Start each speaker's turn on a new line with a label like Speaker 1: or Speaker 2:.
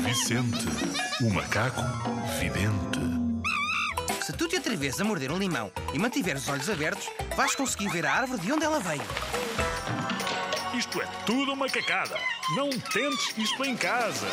Speaker 1: Vicente, o macaco vidente.
Speaker 2: Se tu te atreves a morder um limão e mantiveres os olhos abertos, vais conseguir ver a árvore de onde ela veio.
Speaker 3: Isto é tudo uma cacada. Não tentes isto em casa.